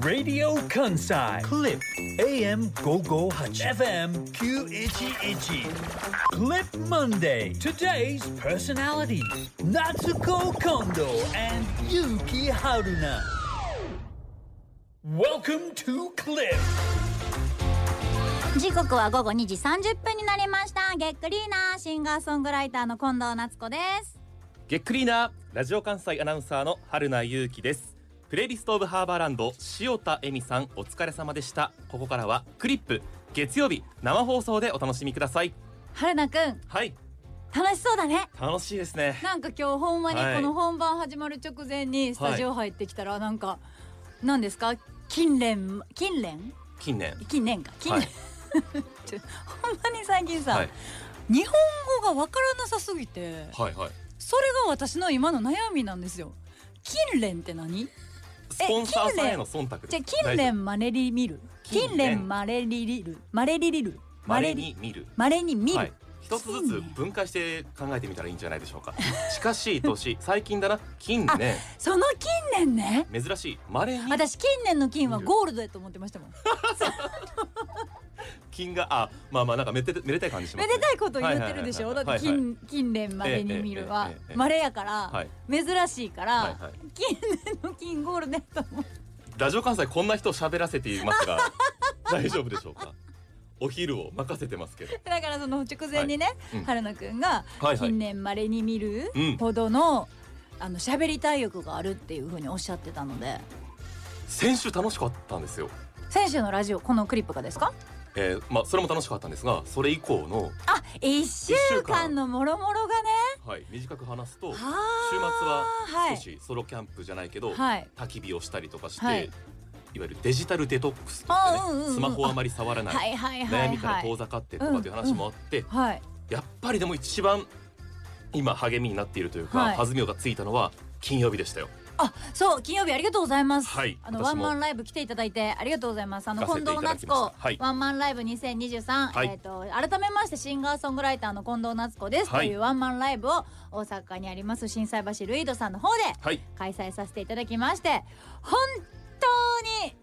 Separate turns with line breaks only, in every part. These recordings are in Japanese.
Radio Kansai Clip AM 558 FM 911 Clip Monday Today's personality Natsuko Kondo and Yuki Haruna Welcome to Clip
時刻は午後2時30分になりましたゲックリーナーシンガーソングライターの近藤夏子です
げっくりーなラジオ関西アナウンサーの春名優希ですプレイリストオブハーバーランド塩田恵美さんお疲れ様でしたここからはクリップ月曜日生放送でお楽しみください
春菜くん
はい
楽しそうだね
楽しいですね
なんか今日ほんまに
はい
この本番始まる直前にスタジオ入ってきたらなんか何ですか近年近年
近年
近年か近年、
はい
ちょほんまに最近さ、
はい
日本語がわからなさすぎて
はいはい
それが私の今の悩みなんですよ近年って何
スポンサーさんへの忖度です
じゃあ近
大丈
年まれに見る
近
近
年
年まれに見るまれに見る
夫稀に見る
まれに見る、
はい一つずつ分解して考えてみたらいいんじゃないでしょうか近しい 年最近だな近年
その近年ね
珍しい稀に
私近年の金はゴールドやと思ってましたもん
金があまあまあなんかめでてめでたい感じしま
めで
す、ね、
たいこと言ってるでしょ
は
だ
い
っ
はいはいは
て
いはい
近近年までに見るは
ええええええ
まれやから
はい
珍しいか
はい
ら
はい
近年の金ゴールドやと思う
ラジオ関西こんな人を喋らせていますが 大丈夫でしょうかお昼を任せてますけど
だからその直前にね
いうん
春菜くんが
はいはい
近年まれに見る
うん
ほどのあの喋りたい欲があるっていうふうにおっしゃってたので
先週楽しかったんですよ、
先週のラジオこのクリップがですか
えー、まあそれも楽しかったんですがそれ以降の、
あ、一週間のもろもろがね。
はい、短く話すと
週
週末は
は
少しソロキャンプじゃないけど、
い。はい。
焚き火をしたりとかして、
はい
い、わゆるデジタルデトックスとかね
あうんうんうん
スマホをあまり触らない、
はいはいはい
悩みから
は
遠
い。
ざかってとかという話もあって、
はい。
やっぱりでも一番今励みになっているというか、
はい
弾みがついたのは金曜日でしたよ。
あ、そう金曜日ありがとうございます。
はい
あのワ
私
ン
も
マンライブ来ていただいてありがとうございます。あの
行か
近
せてい
藤
ただ
夏
きました
子、
はい
ワンマンライブ2023、
はい
えっ、と改めましてシンガーソングライターの近藤夏子です、
はい
というワンマンライブを大阪にあります震災橋ルイードさんの方で
はい
開催させていただきまして本当に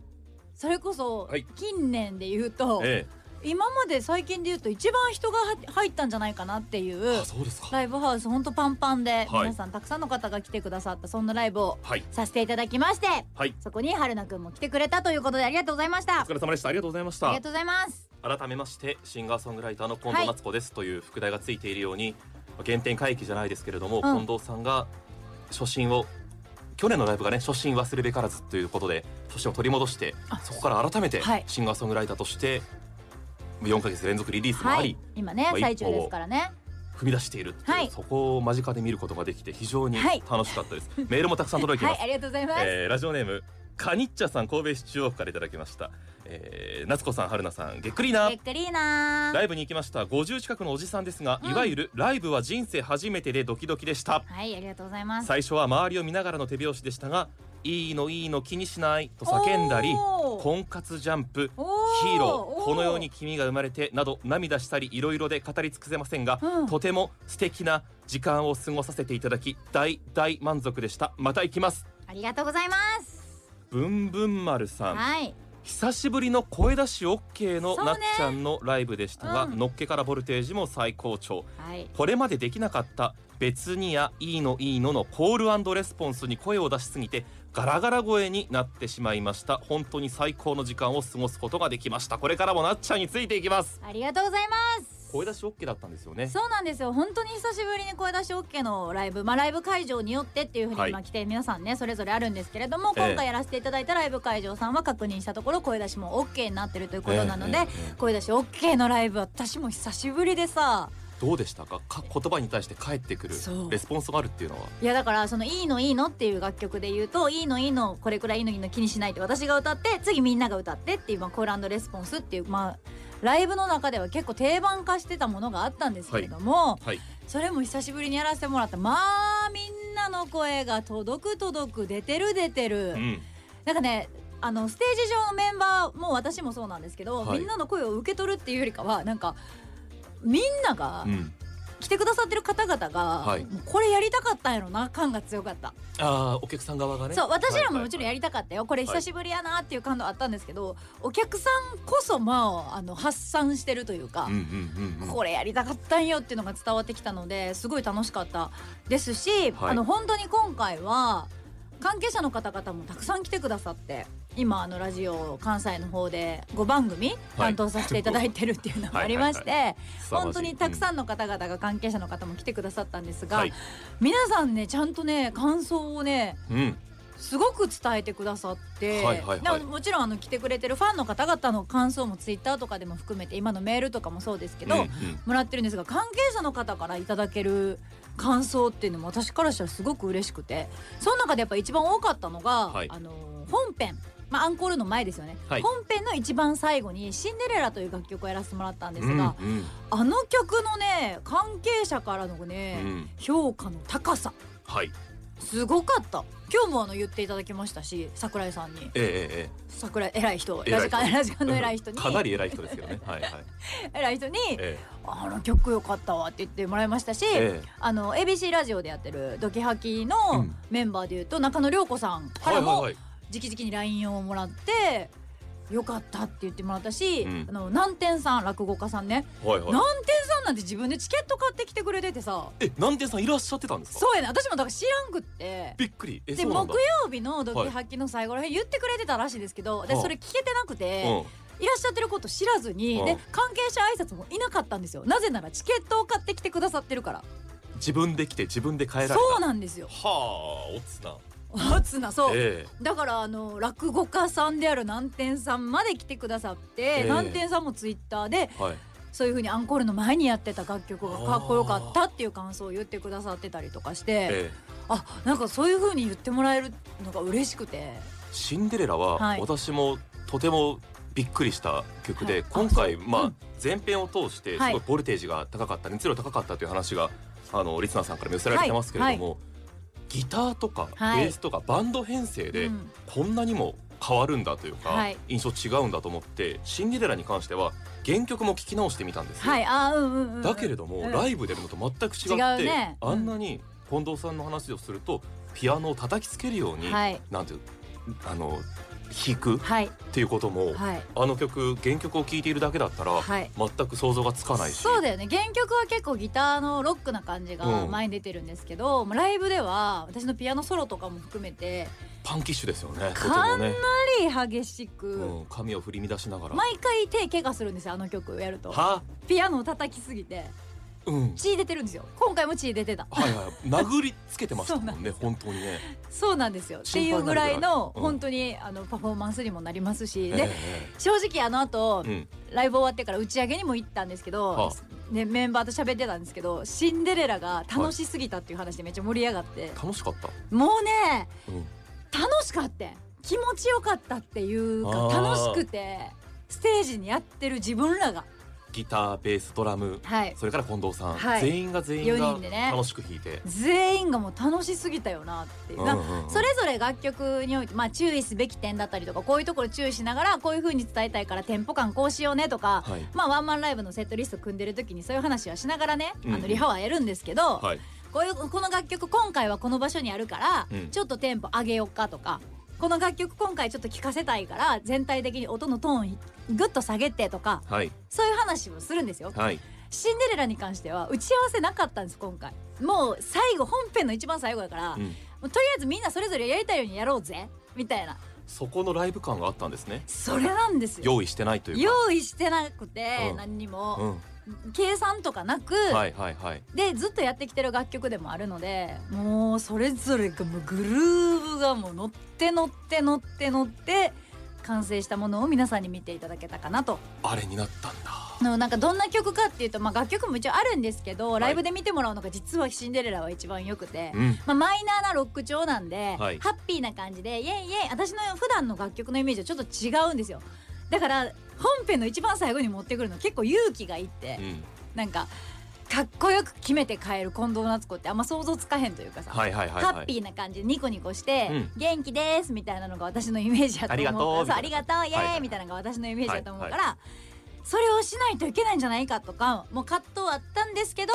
それこそ
はい
近年で言うと、
え
今まで最近で言うと一番人が入ったんじゃないかなってい
え、
う
あそうですか。
ライブハウスほんとパンパンで、
はい
皆さんたくさんの方が来てくださったそんなライブを
はい
させていただきまして
はい。
そこに春菜くんも来てくれたということでありがとうございまし
お
たあ
疲れ様でした。ありがとうございまし
り
た
が。とうございます
改めましてシンガーソングライターの近
はい
藤夏子ですという副題がついているように、原点回帰じゃないですけれども、
うん
近藤さんが初心を去年のライブがね初心忘るべからずということで初心を取り戻して
あ
そこから改めて
はい
シンガーソングライターとして4ヶ月連続リリースもあ
は
り、
い今ね
まあ
最中ですからね
踏み出しているっていう、
はい
そこを間近で見ることができて非常に
はい
楽しかったです、メールもたくさん届いてい
は
ま
い
す
ありがとうございます、
えーラジオネームカニッチャさん神戸市中央区からいただきました、えー、夏子さん春菜さんげっくりな
ゆっくりーな
ラ
ー
イブに行きました50近くのおじさんですが、
うん
いわゆるライブは人生初めてでドキドキでした
はいありがとうございます
最初は周りを見ながらの手拍子でしたがいいのいいの気にしないと叫んだり
おー
婚活ジャンプ
お
ヒーロ
お
ーこのように君が生まれてなど涙したりいろいろで語り尽くせませんが、
うん
とても素敵な時間を過ごさせていただき大大満足でしたまた行きます
ありがとうございます
ブンブン丸さん
はい
久しぶりの声出し OK の
そうね
なっちゃんのライブでしたが、
うん
のっけからボルテージも最高潮
はい
これまでできなかった「別にやいいのいいの」のコールレスポンスに声を出しすぎてガラガラ声になってしまいました本当に最高の時間を過ごすことができましたこれからもなっちゃんについていきます
ありがとうございます
声出し OK だったんですよね
そうなんですよ本当に久しぶりに声出し OK のライブ、まあ、ライブ会場によってっていうふう
は
に
い
今来て皆さんねそれぞれあるんですけれども、
ええ
今回やらせていただいたライブ会場さんは確認したところ声出しも OK になってるということなので、
ええええ
声出し OK のライブ私も久しぶりでさ
どうでしたかか言葉に対して返ってくる
そう
レスポンスがあるっていうのはい
やだからその「いいのいいの」っていう楽曲で言うと「いいのいいのこれくらいいいのいいの気にしない」って私が歌って次みんなが歌ってっていう、まあ、コールレスポンスっていうまあライブの中では結構定番化してたものがあったんですけれども、
はい
それも久しぶりにやらせてもらったまあみんなの声が届く届く出てる出てる、
うん
なんかねあのステージ上のメンバーも私もそうなんですけど、
はい
みんなの声を受け取るっていうよりかはなんかみんなが
うん
来てくださってる方々が、
はい
もうこれやりたかったんやろな感が強かった、
あーお客さん側がね
そう私らももちろんや
り
りたかったよこれ久しぶりやなっていう感動あったんですけどお客さんこそまああの発散してるというか、これやりたかったんよっていうのが伝わってきたのですごい楽しかったですし、
はい
あの本当に今回は関係者の方々もたくさん来てくださって今あのラジオ関西の方で5番組担当させていただいてるっていうのもありま して、本当にたく
ん
さんの方々が関係者の方も来てくださったんですが、
はい
皆さんねちゃんとね感想をね
うん
すごく伝えてくださって、
はいはいはい
なのでもちろんあの来てくれてるファンの方々の感想もツイッターとかでも含めて今のメールとかもそうですけど、
うんうん
もらってるんですが関係者の方からいただける感想っていうのも私からしたらすごく嬉しくてその中でやっぱ一番多かったのが、
はい
あの本編、まあ、アンコールの前ですよね、
はい
本編の一番最後に「シンデレラ」という楽曲をやらせてもらったんですが、
うんうん
あの曲のね関係者からのね、
うん
評価の高さ
はい
すごかった今日もあの言っていただきましたし桜井さんに
ええええ
桜井偉い人
偉
ラ
い人
ジカンラジカンの偉い人
ええ
に
かなり偉い人ですけどねはい はい
偉い人に
え
「あの曲良かったわ」って言ってもらいましたし、
ええ
あの ABC ラジオでやってる「ドキハキ」
う
の
ん
メンバーでいうと中野涼子さん
え
か
はい
ら
はい
も
はい
直々に LINE をもらって「よかった」って言ってもらったし、
うん
あの南天さん落語家さんね
はいはい
南天さんなんて自分でチケット買ってきてくれててさ
え南天さんいらっしゃってたんですか
そうやね私もだから知らんくって。
びっくりえ
で
そう
木
なんだ
曜日の「ドキハキ」の最後らへん言ってくれてたらしいですけど、で
はあ
それ聞けてなくて、
うん
いらっしゃってること知らずに、
うん
で関係者挨拶もいなかったんですよなぜならチケットを買ってきてくださってるから
自分で来て自分で帰られた
そうなんですよ
はあおつな
あつなそう、
え
だからあの落語家さんである南天さんまで来てくださって、
え
南天さんもツイッターで
えはい
そういう風にアンコールの前にやってた楽曲がかっこよかったっていう感想を言ってくださってたりとかして、
ええ
あなんかそういう風に言ってもらえるのが嬉しくて
シンデレラ
は
はい私もとてもびっくりした曲
は
で、
い
今回
あそう
ま
う
あ
ん
前編を通してす
はい
ごいボルテージが高かった熱量高かったという話があのリスナーさんからも寄せられてますけれども、ギターとかベ
はい
ースとかバンド編成で
うん
こんなにも変わるんだというか、
はい
印象違うんだと思ってシンデレラに関しては原曲も聴き直してみたんですよ。
はいあーうんうんうんうん
だけれども、
うん
ライブで見ると全く違って
違うねうん
あんなに近藤さんの話をするとピアノを叩きつけるように、
はい
なんていうあの弾くっ
はい
ていうことも、
はい
あの曲原曲を聴いているだけだったら、
はい
全く想像がつかないし
そうだよね原曲は結構ギターのロックな感じが
うん
前に出てるんですけど、もうライブでは私のピアノソロとかも含めて
パンキッシュですよねと
か
ても
な
ね、
り激しく、
うん、髪を振り乱しながら。
毎回手怪我するんですよあの曲やると
は
ピアノを叩きすぎて
うん
血出てるんですよ今回も血出てた
はいはい、殴りつけてましたもんね本当にね。
そうなんですよって
心
い
配
う
にな
ぐ
るぐら
ら
い
いの
うん
本当にあのパフォーマンスにもなりますし、で
え
正直あの後、
えうん、
ライブ終わってから打ち上げにも行ったんですけど、
は
ね、メンバーと喋ってたんですけどシンデレラが楽しすぎたっていう話でめっちゃ盛り上がって、
楽しかった。
もうね
うん、
楽しかった気持ちよかったっていうか
あー
楽しくてステージにやってる自分らが
ギターベースドラム
はい
それから近藤さん、
はい
全員が全員
四
が
人でね
楽しく弾いて、
全員がもう楽しすぎたよなっていう、
うん
な
うんうん
それぞれ楽曲において、まあ、注意すべき点だったりとかこういうところ注意しながらこういう風に伝えたいからテンポ感こうしようねとか、
はい
まあ、ワンマンライブのセットリスト組んでる時にそういう話はしながらね、
うん
あのリハはやるんですけど、
はい
こういうこの楽曲今回はこの場所にあるから、
うん
ちょっとテンポ上げよっかとかこの楽曲今回ちょっと聴かせたいから全体的に音のトーングッと下げてとか
はい
そういう話をするんですよ。
はい
シンデレラに関しては打ち合わせなかったんです今回もう最後本編の一番最後だから、
う
も
ん
うとりあえずみんなそれぞれやりたいようにやろうぜみたいな
そこのライブ感があったんですね
それなんですよ。
用意してないというか
用意してなくて、
うん
何に
う
も、
ん、
計算とかなく、
はいはいはい
でずっとやってきてる楽曲でもあるのでもうそれぞれがもうグルーヴがもう乗って乗って乗って乗って完成したものを皆さんに見ていただけたかなと
あれになったんだ
のなんかどんな曲かっていうと、まあ、楽曲も一応あるんですけど、
い
ライブで見てもらうのが実は「シンデレラ」は一番よくて。
うん
まあ、マイナーなロック調なんで、
はい
ハッピーな感じでイエイイエイ私の普段の楽曲のイメージとちょっと違うんですよだから本編の一番最後に持ってくるの結構勇気がいって、
うん
なんかかっこよく決めて帰る近藤夏子ってあんま想像つかへんというかさ、
はいはいはい
ハ
は
ッ
い
ピーな感じでニコニコして「
うん
元気です」みたいなのが私のイメージやと思うから
ありがと
そうありがとう
うみたい
イエーイ、
はいはい
みたいなのが私のイメージやと思うから、
はい
それをしないといけないんじゃないかとかもう葛藤あったんですけど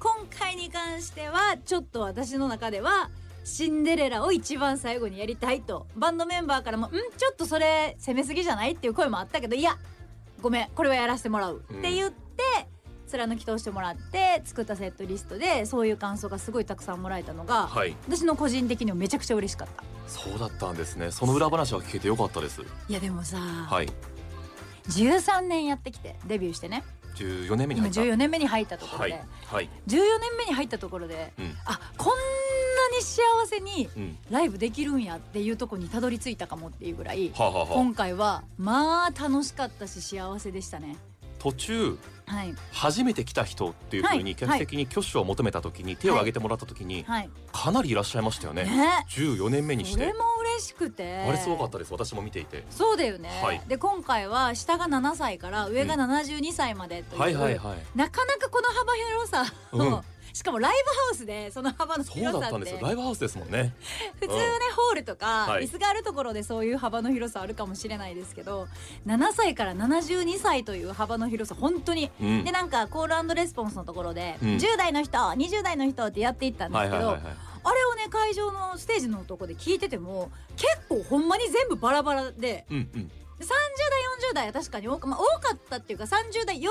今回に関してはちょっと私の中ではシンデレラを一番最後にやりたいとバンドメンバーからも「んちょっとそれ攻めすぎじゃない?」っていう声もあったけど「いやごめんこれはやらせてもらう」
うん
って言って貫き通してもらって作ったセットリストでそういう感想がすごいたくさんもらえたのが
はい
私の個人的にもめちゃくちゃ嬉しかった。
そうだったんですねその裏話は聞けてよかったです
いやでもさ、
はい
13年やってきてデビューしてね
14年目に
今
入った
14年目に入ったところ
は
で、
いはい
14年目に入ったところで、
うん
あこんなに幸せに
うん
ライブできるんやっていうとこにたどり着いたかもっていうぐらい
はあ、はあはあ、
今回はまあ楽しかったし幸せでしたね
途中
はい
初めて来た人っていうふう
は
に
い
客席に挙手を求めた時に手を挙げてもらった時に
はい
かなりいらっしゃいましたよね
ね
14年目にし
それ
て
も嬉しくて
あれすごかったです私も見ていて
そうだよね、
はい
で今回は下が7歳から上が
うん
72歳までという、
はいはいはい
なかなかこの幅広さを、
うん
しかもライブハウスでその幅の
そう
広さっ
だってたんですよライブハウスですもんね
普通ね、ホールとか、
はい
椅子があるところでそういう幅の広さあるかもしれないですけど7歳から72歳という幅の広さ本当に。
うん
でなんかコールレスポンスのところで、
うん
10代の人20代の人ってやっていったんです
は
けど、
いはいはいはい
あれをね会場のステージのとこで聞いてても結構ほんまに全部バラバラで
うんうん
で30代40代は確かに多か,、まあ、多かったっていうか30代40代50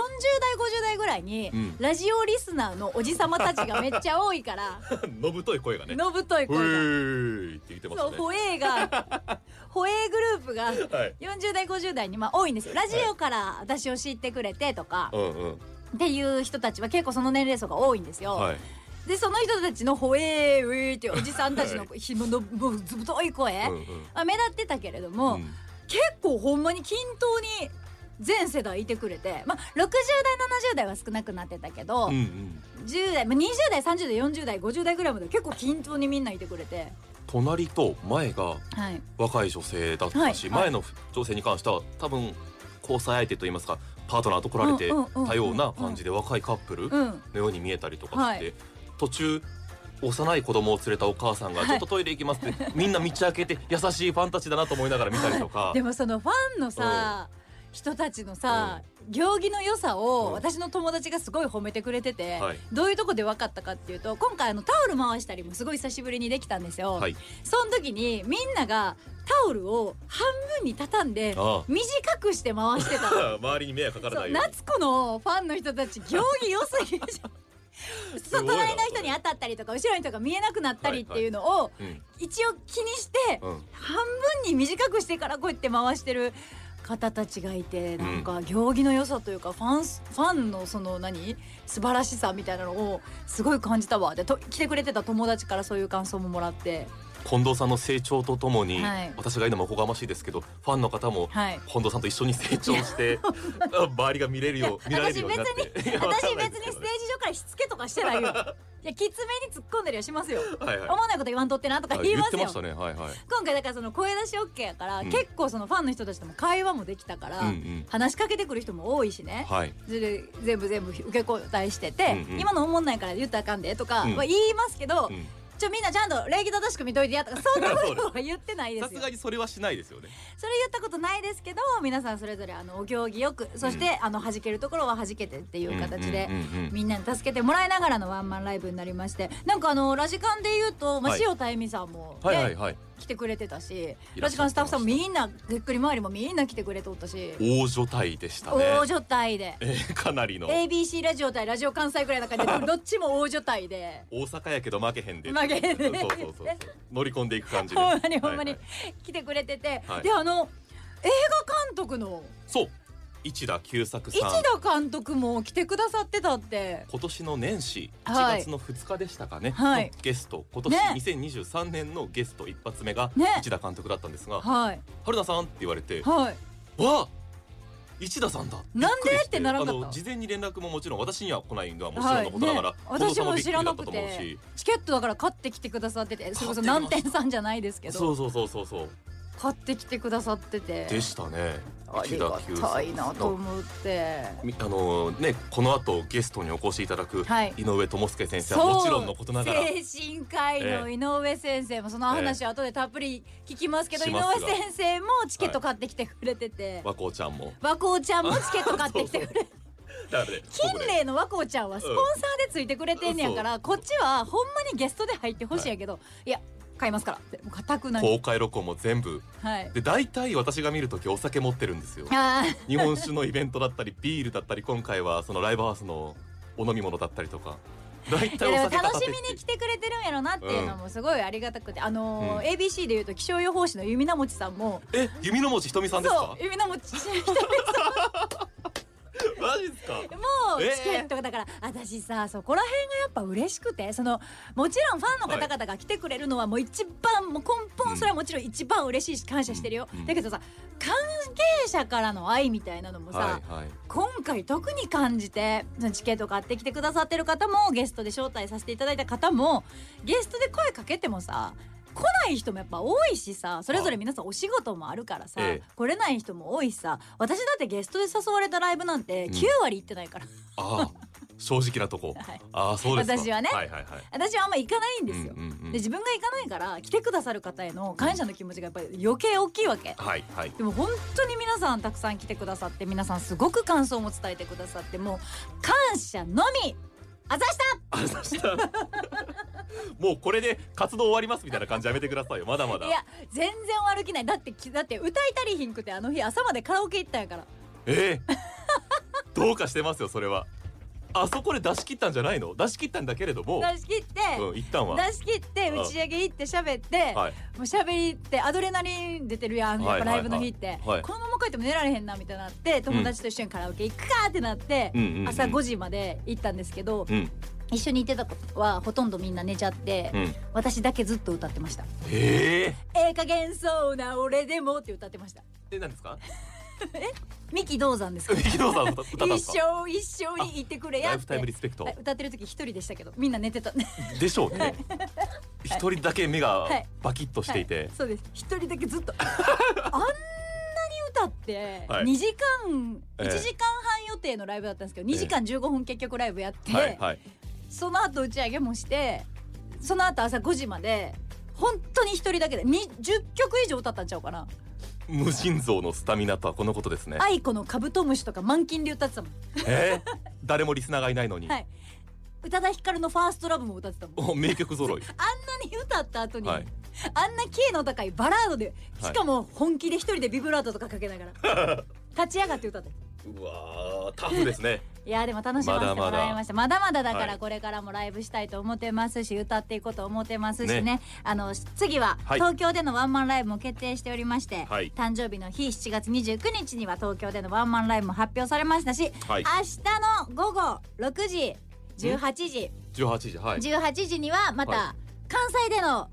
代ぐらいに、
うん
ラジオリスナーのおじさまたちがめっちゃ多いから
のぶとい声が ね
のぶとい
ほえ
声が。
ーいって言ってました
そう、
ね
ホエーが、 ホエーグループが
はい
40代50代にまあ多いんですよ。ラジオから私を知ってくれてとか、
うんうん
っていう人たちは結構その年齢層が多いんですよ。
はい
でその人たちのホエーウェーっていうおじさんたちのひものもうずぶとい声、
うんうん
まあ目立ってたけれども、
うん
結構ほんまに均等に。全世代いてくれて、まあ、60代70代は少なくなってたけど、
うんうん
10代、まあ、20代30代40代50代ぐらいまで結構均等にみんないてくれて、
隣と前が
はい、
若い女性だったし、
はい
前の女性に関しては多分交際相手といいますかパートナーと来られて
うんうんうんうん
たような感じで若いカップルの
うん、
ように見えたりとかして、
は
途中幼い子供を連れたお母さんが「
はい
ちょっとトイレ行きます」ってみんな道開けて優しいファンたちだなと思いながら見たりとか。
でもそのファンのさ人たちのさ、行儀の良さ
うん
を私の友達がすごい褒めてくれてて、
はい
どういうとこで分かったかっていうと今回あのタオル回したりもすごい久しぶりにできたんですよ、
はい、
その時にみんながタオルを半分に畳んで
あ
短くして回してたの
あ周りに迷惑かか
そ
らな
う
いように
夏子のファンの人たち行儀良すぎじゃん
す
そう
ごいな
隣の人に当たったりとか後ろの人が見えなくなったりっていうのを
うん
一応気にして
うん
半分に短くしてからこうやって回してる方たちがいてなんか行儀の良さというかファンスファンのその何素晴らしさみたいなのをすごい感じたわでと来てくれてた友達からそういう感想ももらって
近藤さんの成長とともに、
はい
私が言うのもおこがましいですけどファンの方も
はい
近藤さんと一緒に成長 して周りが見れるよう見られるようになって いやわか
私
んない
別
で
に
すけ
ス
ど
テ
ね
ージ上からしつけとかしてないよいやきつめに突っ込んだりはしますよ
はいはい
思わないこと言わんとってなとか言い
言
ま
っ
す
て
よ
ましたねはいはい
今回だからその声出し OK やから、
うん
結構そのファンの人たちとも会話もできたから、
うんうん
話しかけてくる人も多いしね、
はい
それで全部全部受け答えしてて、
うんうん
今のおもんないから言ったらあかんでとか
うん
は言いますけど、
うん
ちょみんなちゃんと礼儀正しく見といてやとかそんなこ
そ
とは言ってないです
さ
よ
すがにそれはしないですよね
それ言ったことないですけど皆さんそれぞれあのお行儀よくそして、あの弾けるところは弾けてっていう形で。
うんうんうん
みんなに助けてもらいながらのワンマンライブになりましてなんかあのラジカンで言うと、まあ、
はい
塩田恵美さんも、ね
はいはいはい
来てくれてたし
いら
ラ
っしゃってました
ジカンスタッフさんもみんなぎっくり回りもみんな来てくれておったし
大所帯でしたね
大所帯で
えー かなりの
ABC ラジオ対ラジオ関西ぐらいの感じ でどっちも大所帯で
大阪やけど負けへんで
負けへんで
そうそう そうそう乗り込んでいく感じで
ほんまにほんまに
はいはい
来てくれてて、
はい
であの映画監督の
そう一田久作
一
さん
田監督も来てくださってたって
今年の年始
は
1
い
月の2日でしたかね、
はい
のゲスト今年2023年のゲスト一発目が
ね
一田監督だったんですが「
はい
春菜さん」って言われて「わ
はい
あ一田さんだ」
なんで
びくりし
ってならなか
あ
った
の事前に連絡ももちろん私には来ないのはもちろんのことながら、
はいね
近藤さん
私も知らなくて
びっくりだったと思うし
チケットだから買ってきてくださっててそれこそ
買
難
ってきま
点
した
さんじゃないですけ
そ
ど
うそうそうそうそう
買ってきてくださってて
でしたね
ありがたいなと思って
みあのねこの後ゲストにお越しいただく
はい
井上智介先生
そ
は
う
もちろんのことながら
精神科医の井上先生もその話は後でたっぷり聞きますけど、
ええ
井
し
上
ますが
先生もチケット買ってきてくれてて、
和光ちゃんも。
和光ちゃんもチケット買ってきてくれて
ってあるで
金
僕ね
麗の和光ちゃんはスポンサーでついてくれてんねやから、こっちはほんまにゲストで入ってほしいやけど、い、や買いますからってもう固くなる
公開録音も全部
はい
で大体私が見るときお酒持ってるんです よ
あー
日本酒のイベントだったりビールだったり今回はそのライブハウスのお飲み物だったりとか大
いや
体
で
お
も
酒
楽
片手
しみに来てくれてるんやろなっていうのもすごいありがたくて、あのー ABC でいうと気象予報士の弓名持さんも
え弓の文字ひとみさんです
そ
か
う弓名持ち
マ ジですか
もう
えー
チケットだから、私さそこら辺がやっぱ嬉しくてそのもちろんファンの方々が来てくれるのはもう一番もう根
うん
本それはもちろん一番嬉しいし感謝してるよ、
うん
だけどさ関係者からの愛みたいなのもさ、
はいはい
今回特に感じてそのチケット買ってきてくださってる方もゲストで招待させていただいた方もゲストで声かけてもさ来ない人もやっぱ多いしさそれぞれ皆さんお仕事もあるからさ、
ええ
来れない人も多いしさ私だってゲストで誘われたライブなんて
うん
9割行ってないから、
ああ正直なとこ、
はい
ああそうですか
私はね
はいはいはい
私はあんま行かないんですよ。
うんうんうん
で自分が行かないから来てくださる方への感謝の気持ちがやっぱり余計大きいわけ。
はいはい
でも本当に皆さんたくさん来てくださって皆さんすごく感想も伝えてくださってもう感謝のみあざした
ありがとうございました もうこれで活動終わりますみたいな感じやめてくださいよまだまだ
いや全然悪気ないだってきだって歌いたりひんくてあの日朝までカラオケ行ったんやから
え えどうかしてますよそれはあそこで出し切ったんじゃないの出し切ったんだけれども
出し切って、
うん一旦は
出し切って打ち上げ行って喋って、
はい
もう喋りってアドレナリン出てるやんやっぱライブの日って、
はいはいはいはい
このまま帰っても寝られへんなみたいになって友達と一緒にカラオケ行くかってなって、
うんうんうん
朝5時まで行ったんですけど、
うん
一緒に行ってた子はほとんどみんな寝ちゃって、
うん
私だけずっと歌ってました
え
「
え
ええ加減そうな俺でも」って歌ってました
え何ですか
三木道山ですか
三木道さん歌ったん
一
ですか
生一生にいてくれ
ラ
や
イ
っ
フタイムリ
て
スペクト
はい歌ってる時一人でしたけどみんな寝てたは
でしょうね一人だけ目が
はい
バキッとしていて
そうです一人だけず っとあんなに歌って
はい
2時間
ええ
1時間半予定のライブだったんですけど2時間15分結局ライブやって、
はいはい
その後打ち上げもしてその後朝5時まで本当に一人だけでに10曲以上歌ったんちゃうかな
無尽蔵のスタミナとはこのことですね
愛子のカブトムシとか満金で歌ってたもん
ええ誰もリスナーがいないのに
はい宇多田ヒカルのファーストラブも歌ってたもん
お名曲揃い
何歌った後に、
はい
あんなキーの高いバラードで
はい
しかも本気で一人でビブラートとかかけながら 立ち上がって歌って
うわータフですね
いやーでも楽しませてもらいましたまだまだだか
はい
らこれからもライブしたいと思ってますし、歌っていこうと思ってますしね
ね
あの次は
はい
東京でのワンマンライブも決定しておりまして、
はい
誕生日の日7月29日には東京でのワンマンライブも発表されましたし、
はい
明日の午後6時18時
18時はい
18時にはま
は
た関西での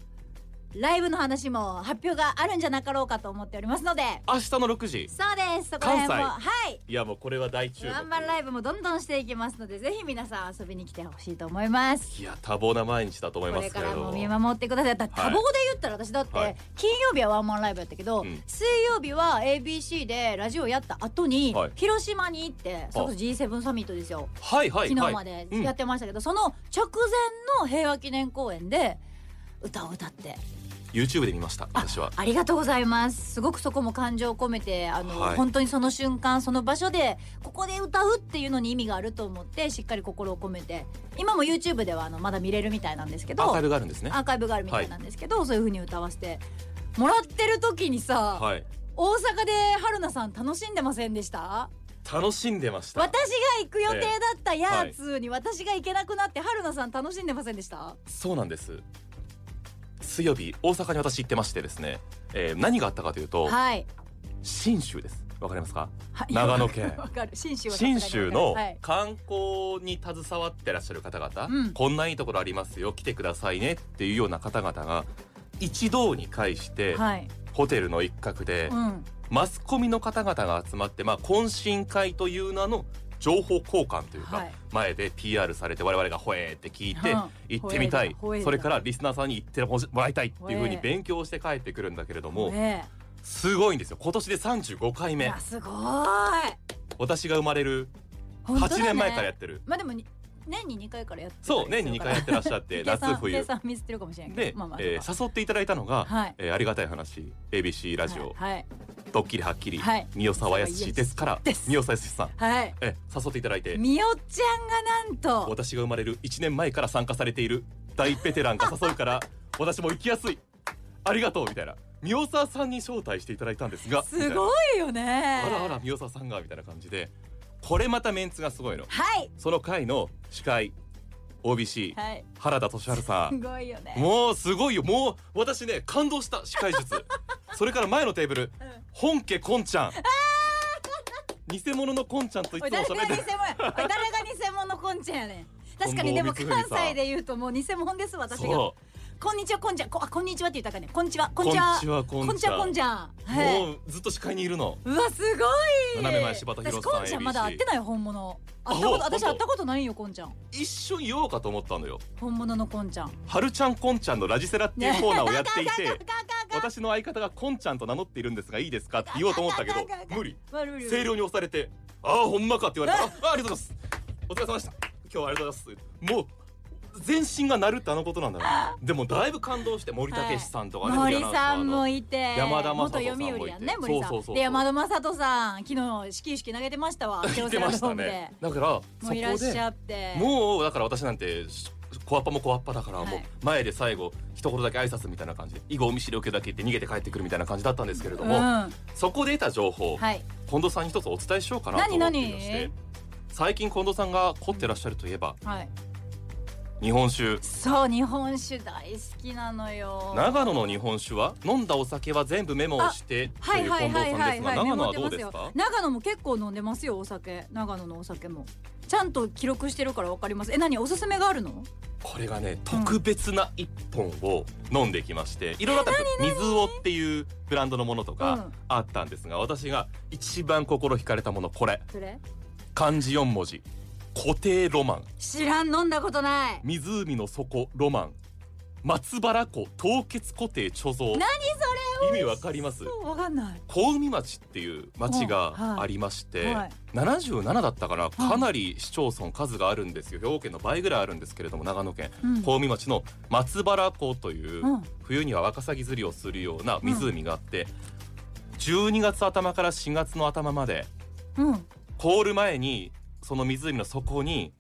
ライブの話も発表があるんじゃなかろうかと思っておりますので
明日の6時
そうですそこら辺も
関
はい
いやもうこれは大注目
ワンマンライブもどんどんしていきますのでぜひ皆さん遊びに来てほしいと思います
いや多忙な毎日だと思い
こ
ま
れ
すけ
か
れ
ら
ども
も見守ってくださいだって多
は
忙
い
で言ったら私だっ
はい
て金曜日はワンマンライブやったけど
うん
水曜日は ABC でラジオやった後に
はい
広島に行ってそれこそ G7 サミットですよ
はいはいはい
昨日までやってましたけど、その直前の平和記念公演で歌を歌って
うん YouTube で見ました私は
ありがとうございますすごくそこも感情を込めてあの、
はい
本当にその瞬間その場所でここで歌うっていうのに意味があると思ってしっかり心を込めて今も YouTube ではあのまだ見れるみたいなんですけど
アーカイブがあるんですね
アーカイブがあるみたいなんですけど、そういう風に歌わせてもらってる時にさ、
はい
大阪で春菜さん楽しんでませんでした
楽しんでました
私が行く予定だったやつに私が行けなくなって春菜さん楽しんでませんでした
そうなんです水曜日大阪に私行ってましてですね、えー、何があったかというと
はい
信州ですわかりますか
はい
長野県
わかる信州はさすがに
信
わかる
州の
はい
観光に携わってらっしゃる方々、
うん
こんないいところありますよ来てくださいねっていうような方々が一堂に会して、
はい
ホテルの一角で、
うん
マスコミの方々が集まって、まあ、懇親会という名の情報交換というか、
はい
前で PR されて我々が「ほえ」って聞いて、
うん
行ってみた
ほえ
い
だほえだ
それからリスナーさんに行ってほしもらいたいっていうふうに
ほえ
勉強して帰ってくるんだけれども、
ね
すごいんですよ今年で35回
えい
目
やすごい
私が生まれる
本当だ
8
ね
年前からやってる、
まあでもに年に二回からやって
そう年に2回やってらっしゃっ て夏冬
計算ミスってるかもしれないけど
で、
まあまあ
えー誘っていただいたのが、
はい
えーありがたい話 ABC ラジオ、
はいはい
ドッキリはっきり、
はい
三代沢康ですから
です
三代沢康さん
はい
え誘っていただいて
みおちゃんがなんと
私が生まれる1年前から参加されている大ベテランが誘うから 私も行きやすいありがとうみたいな三代沢さんに招待していただいたんですがみた
す
いな
ごいよね
あらあら三代沢さんがみたいな感じでこれまたメンツがすごいの
はい
その回の司会 OBC、
はい
原田俊治さ
す
ん
ごいよ ね
もうすごいよもう私ね感動した司会術それから前のテーブル
うん
本家こんちゃん偽物のこんちゃんといつ
お
も
い誰
喋
が
っ
偽
て
物おい誰が偽物のこんちゃんやね ん確かにで
近
も
藤光
関
文さん
西で言うともう偽物です私が
そ
こんにちはこんちゃんこあこんにちはって言ったかねこんにちは
う
こんにちは
はこ
こんちゃんこんちゃんはい
もうずっと司会にいるの
うわすごい
斜め前柴田博さん
私こんちゃんまだ会ってない本物会ったこと
あほんと
私会ったことないよこんちゃん
一緒に言おうかと思ったのよ
本物のこんちゃん
はるちゃんこんちゃんのラジセラっていうコーナーをやってい て
ガ
私の相方がこんちゃんと名乗っている んですがいいですかって言おうと思ったけど無理
悪い
声量に押されて「ああほんまか」って 言われて「ああありがとうございますお疲れ様でした今日はありがとうございます」もう全身が鳴るってあのことなんだろ うでもだいぶ感動して森武さんとかね、
森
フリー
さ
アナウン
ん
サーの
もいて
山田雅人さんもいて
元読売やんね森さん
そうそうそうそう
で山田雅人さん昨日始球式投げてました わ
言ってまし
京セラ
た
ドームで
ねだからそ
も
こ
ういらっし
で
ゃって
もうだから私なんてし小アッパも小アッパだから
はい
もう前で最後一言だけ挨拶みたいな感じで以後お見知りおけだけ言って逃げて帰ってくるみたいな感じだったんですけれど
うん
も、
は
そこで得た情報、
い
近藤さんに一つお伝えしようかなと思っていまして
何何
最近近藤さんが凝ってらっしゃるといえば
はい
日本酒
そう日本酒大好きなのよ
長野の日本酒は飲んだお酒は全部メモをしてと
はいいう
近
はい
藤
はい
さん
は
で
い
す
はい
が長野は
メ
ど
モ
う
って
です
ます
か
よ長野も結構飲んでますよお酒長野のお酒もちゃんと記録してるからわかりますえ何おすすめがあるの
これがね特別な一本を飲んできまして、いろいろあったんですよ水尾っていうブランドのものと
うん
かあったんですが、私が一番心惹かれたものこれ
それ
漢字4文字固定ロマン
知らん飲んだことない
湖の底ロマン松原湖凍結固定貯蔵
何
意味わかります
そうわかんない
小海町っていう町
うんはい
がありまして、
はい
77だったからかなり市町村数があるんですよ兵庫県の倍ぐらいあるんですけれども長野県
うん
小海町の松原湖という
うん
冬にはワカサギ釣りをするような湖があって12月頭から4月の頭まで
うん
凍る前にその湖の底に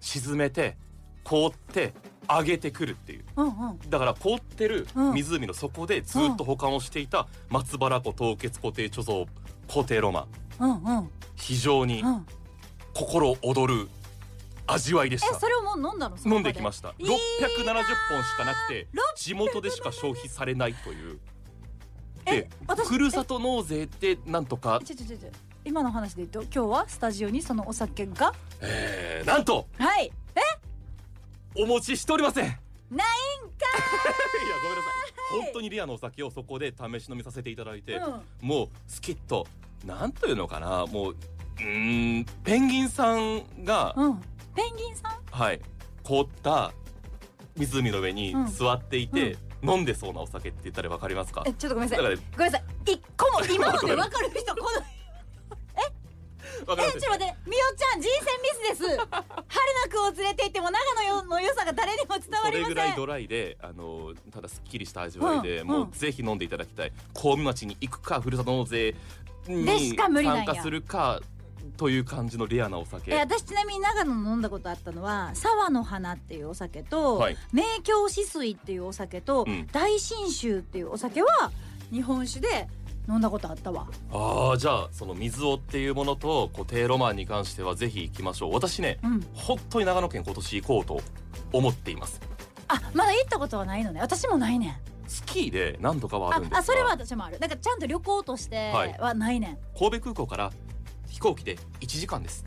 沈めて凍って上げてくるっていう
うんうん
だから凍ってる湖の底でずっと保管をしていた松原湖凍結固定貯蔵固定ロマン
うんうん
非常に
うん
心躍る味わいでし
え
た
それをもう飲んだの
飲んできま
た
した
い
670
いなー
本しかなくて地元でしか消費されないという
え
で
私
ふるさと納税ってなんとか
ちょちょちょちょ今の話で言うと今日はスタジオにそのお酒が
えーなんと
はいえ
お持ちしておりません いや
ない
ごめんなさい本当にレアのお酒をそこで試し飲みさせていただいて、
うん
もうスキッとなんというのかなもううーんペンギンさんが、
うんペンギンさん
はい凍った湖の上に
うん
座っていて、飲んでそうなお酒って言ったらわかりますか
えちょっとごめんな
だ
さ
か
い
ら
ごめんなさい一個も今 までわかる人この
わか
え
りま
ちょっ
す
と待ってみおちゃん人選ミスです春菜くんを連れて行っても長野の良さが誰にも伝わ
そ
り
れ
ま
ぐら
せ
い
ん
ドライであのただすっきりした味わいで、
うん
も
うん
うぜひ飲んでいただきたい神戸町に行くかふるさと納税
で
に
しか無理なんや
参加するかという感じのレアなお酒
え私ちなみに長野の飲んだことあったのは沢の花っていうお酒と、
はい
明鏡止水っていうお酒と、
うん
大信州っていうお酒は日本酒で飲んだことあったわ
ああじゃあその水尾っていうものと固定ロマンに関してはぜひ行きましょう私ね
うん
本当に長野県今年行こうと思っています
あまだ行ったことはないのね私もないねん
スキーで何度かはあ
あ
るんですが
あそれは私もあるなんかちゃんと旅行として
はい
はないねん、
神戸空港から飛行機で1時間です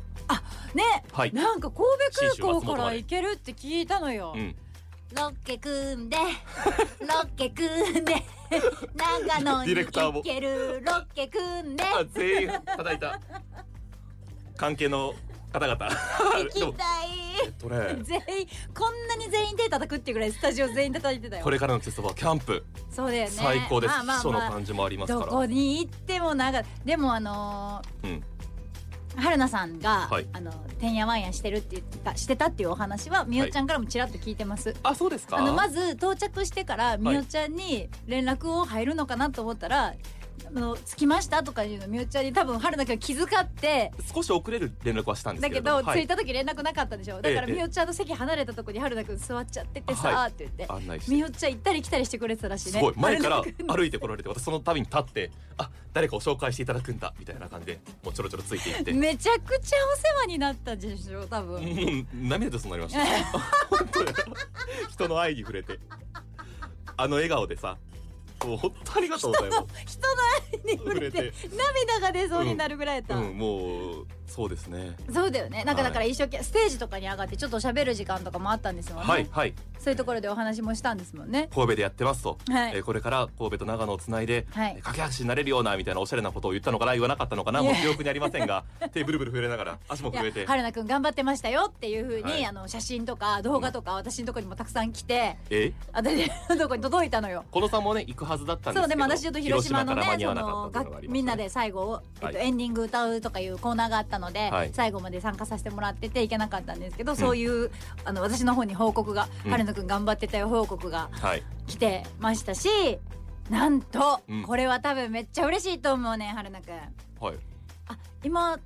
ね
はい
なんか神戸空港から行けるって聞いたのよ、
うん
ロッケ組 んでロッケ組んで長野に
ディレクターも
行けるロッケ組んで
あ全員叩いた関係の方々
行き
でも
た
え
い
っとね
全員こんなに全員手叩くっていうぐらいスタジオ全員叩いてたよ
これからの季節はキャンプ
そうだよね
最高です
まあま
秘
あ
書の
まあ
感じもあります
ど
から
こに行ってもなんかでもあのー
うん
春菜さんが、
はい
あのてんやわんやしてるって言ってたしてたっていうお話はみおちゃんからもちらっと聞いてます、
あそうですか
あのまず到着してからみおちゃんに連絡を入るのかなと思ったら、あの着きましたとかいうのみよちゃんに多分春菜君は気遣って
少し遅れる連絡はしたんです
だ
け
け
れ
ど
どは
着
い
いた時連絡なかったでしょだから
ええ
みよちゃんの席離れたとこに春菜君座っちゃっててさ
は
ーって言って
案内して
みよちゃん行ったり来たりしてくれてたらしい
す
ね
ごい前から
春菜君
歩いてこられて私その度に立ってあ誰かを紹介していただくんだみたいな感じでもうちょろちょろついていって
めちゃくちゃお世話になったでしょ多分
もう涙出そうになりました本当だよ人の愛に触れてあの笑顔でさもう本当ありがとうござい ます
人の愛に触れて涙が出そうになるぐらいだ、
うんもうそうですね
そうだよねなんか
は
だ
い
から一生懸命ステージとかに上がってちょっと喋る時間とかもあったんですもんね、
はいはい
そういうところでお話もしたんですもんね
神戸でやってますと、
はい
えーこれから神戸と長野をつないで、
はい
えー架け橋になれるようなみたいなおしゃれなことを言ったのかな言わなかったのかない
や
もう記憶にありませ んが手ブルブル震えながら足も
いや
震えて
春菜くん頑張ってましたよっていうふうに、
はい
あの写真とか動画とか私のとこにもたくさん来て
え
私のとこに届いたの よ
このさんもね行くはずだったんです
そう
けど
でも私ちょっと広島のね
広
そ
島から間に合わなか
の
ったというのがあ
楽
りま
み
し
ん
た
な
ね
で最後を、えっ
はい
と、エンディング歌うとかいうコーナーがあったので、
はい
最後まで参加させてもらってていけなかったんですけど、そういうあの私の方に報告が、
うん
春菜くん頑張ってたよ報告が
はい
来てましたしなんと、
うん
これは多分めっちゃ嬉しいと思うね春菜くん
はい
あ今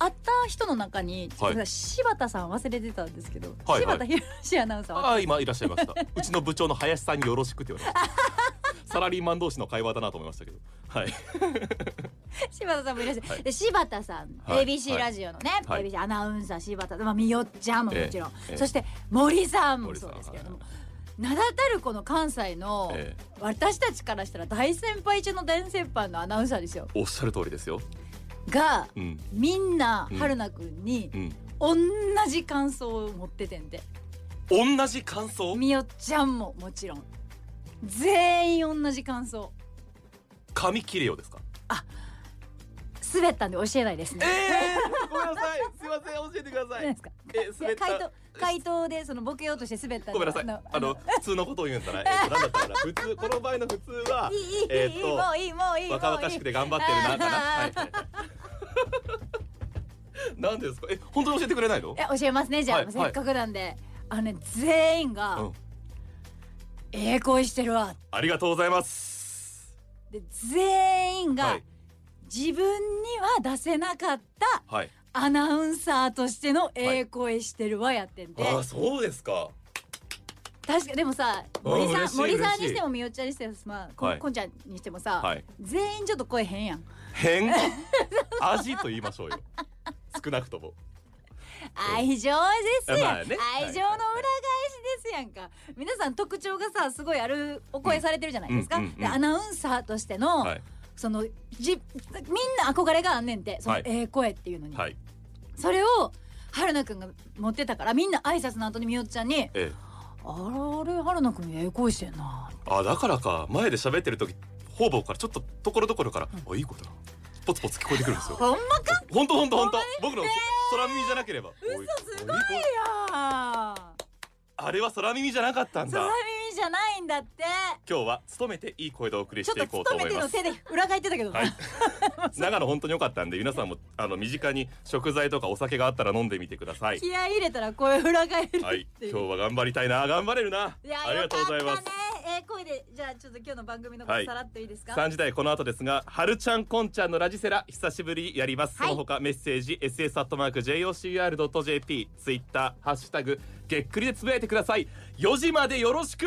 会った人の中に、
はい
ちょっと柴田さん忘れてたんですけど、
はい
柴田博アナウンサー
ああ今いらっしゃいました うちの部長の林さんによろしくって言われました サラリーマン同士の会話だなと思いましたけどはい
柴田さんもいらっしゃる、
はい
で柴田さん、
はい
ABC
はい
ラジオのね、
はい
ABC アナウンサー柴田まあみよっちゃんももちろん、
ええ
そして森さんもそうですけれども
森。
名だたるこの関西の
え
私たちからしたら大先輩中の大先輩のアナウンサーですよ
おっしゃる通りですよ
が
うん
みんな
うん
春菜くんに
うん
同じ感想を持っててんで
同じ感想
みよっちゃんももちろん全員同じ感想
髪切れよですか
滑ったんで教えないです
え
ね。
えー、ごめんなさいすいません教えてくださ
何
い
ですか
え
い
滑
や
った
回答回答でそのボケようとして滑った
ごめんなさい。
の
あの普通のことを言うんだったら、えっと、なんだったかな、普通、この場合の普通 は。
いいいい、
えーっと
もういいもういいもういい
若々しくて頑張ってるなかな。はいはい はい。なんですか、え、本当に教えてくれないの。
え教えますねじゃあ、
はいはい
せっかくなんであのね全員が、
うん
ええ声してるわ
ありがとうございます。
で全員が、
はい。
自分には出せなかった
はい。
アナウンサーとしてのええ声してるわやってんで、
ああ、そうですか。
確かでもさ森さ
嬉
ん
しい
森さん
嬉しい
にしてもみよっちゃんにしてもさこ,、
はい
こんちゃんにしてもさ、
はい。
全員ちょっと声変やん
変。味と言いましょうよ。少なくとも。
愛情ですやん、
まあね
愛情の裏返しですやんか皆さん特徴がさすごいあるお声されてるじゃないですか、
うんうんうんうん
でアナウンサーとしての、
はい。
そのじみんな憧れがあんねんてその
はい
ええ声っていうのに、
はい。
それを春菜くんが持ってたからみんな挨拶の後にみよっちゃんに
ええ。
「あれあれ春菜くんええ声してんな
あ、だからか、前で喋ってる時。方々からちょっとところどころから、あいいことだポツポツ聞こえてくるんです」よ
ほんまか
本当本当本当僕の空耳じゃなければ嘘すごい
や
あれは空耳じゃなかったん
空
だ。
耳じゃないんだって
今日は努めていい声でお送り
ちょ
し
って
い
と
こうと
勤
思
め
い
て
ま
の
す。
手で裏返ってたけどな、
はい。長野本当に良かったんで皆さんもあの身近に食材とかお酒があったら飲んでみてくださ い。
気合い入れたら声裏返るっていう、
はい。今日は頑張りたいな。頑張れるな。
いや
ありがとうございま
よ
す
か。ったね、えー、声でじゃあちょっと今日の番組のこ
は
と
い
さらっといいですか、
三時台この後ですが、はるちゃんこんちゃんのラジセラ久しぶりにやります。
はい
その他メッセージ S S アットマーク J O C R ドット J P ツイッターハッシュタグげっくりでつぶやいてください。四時までよろしく。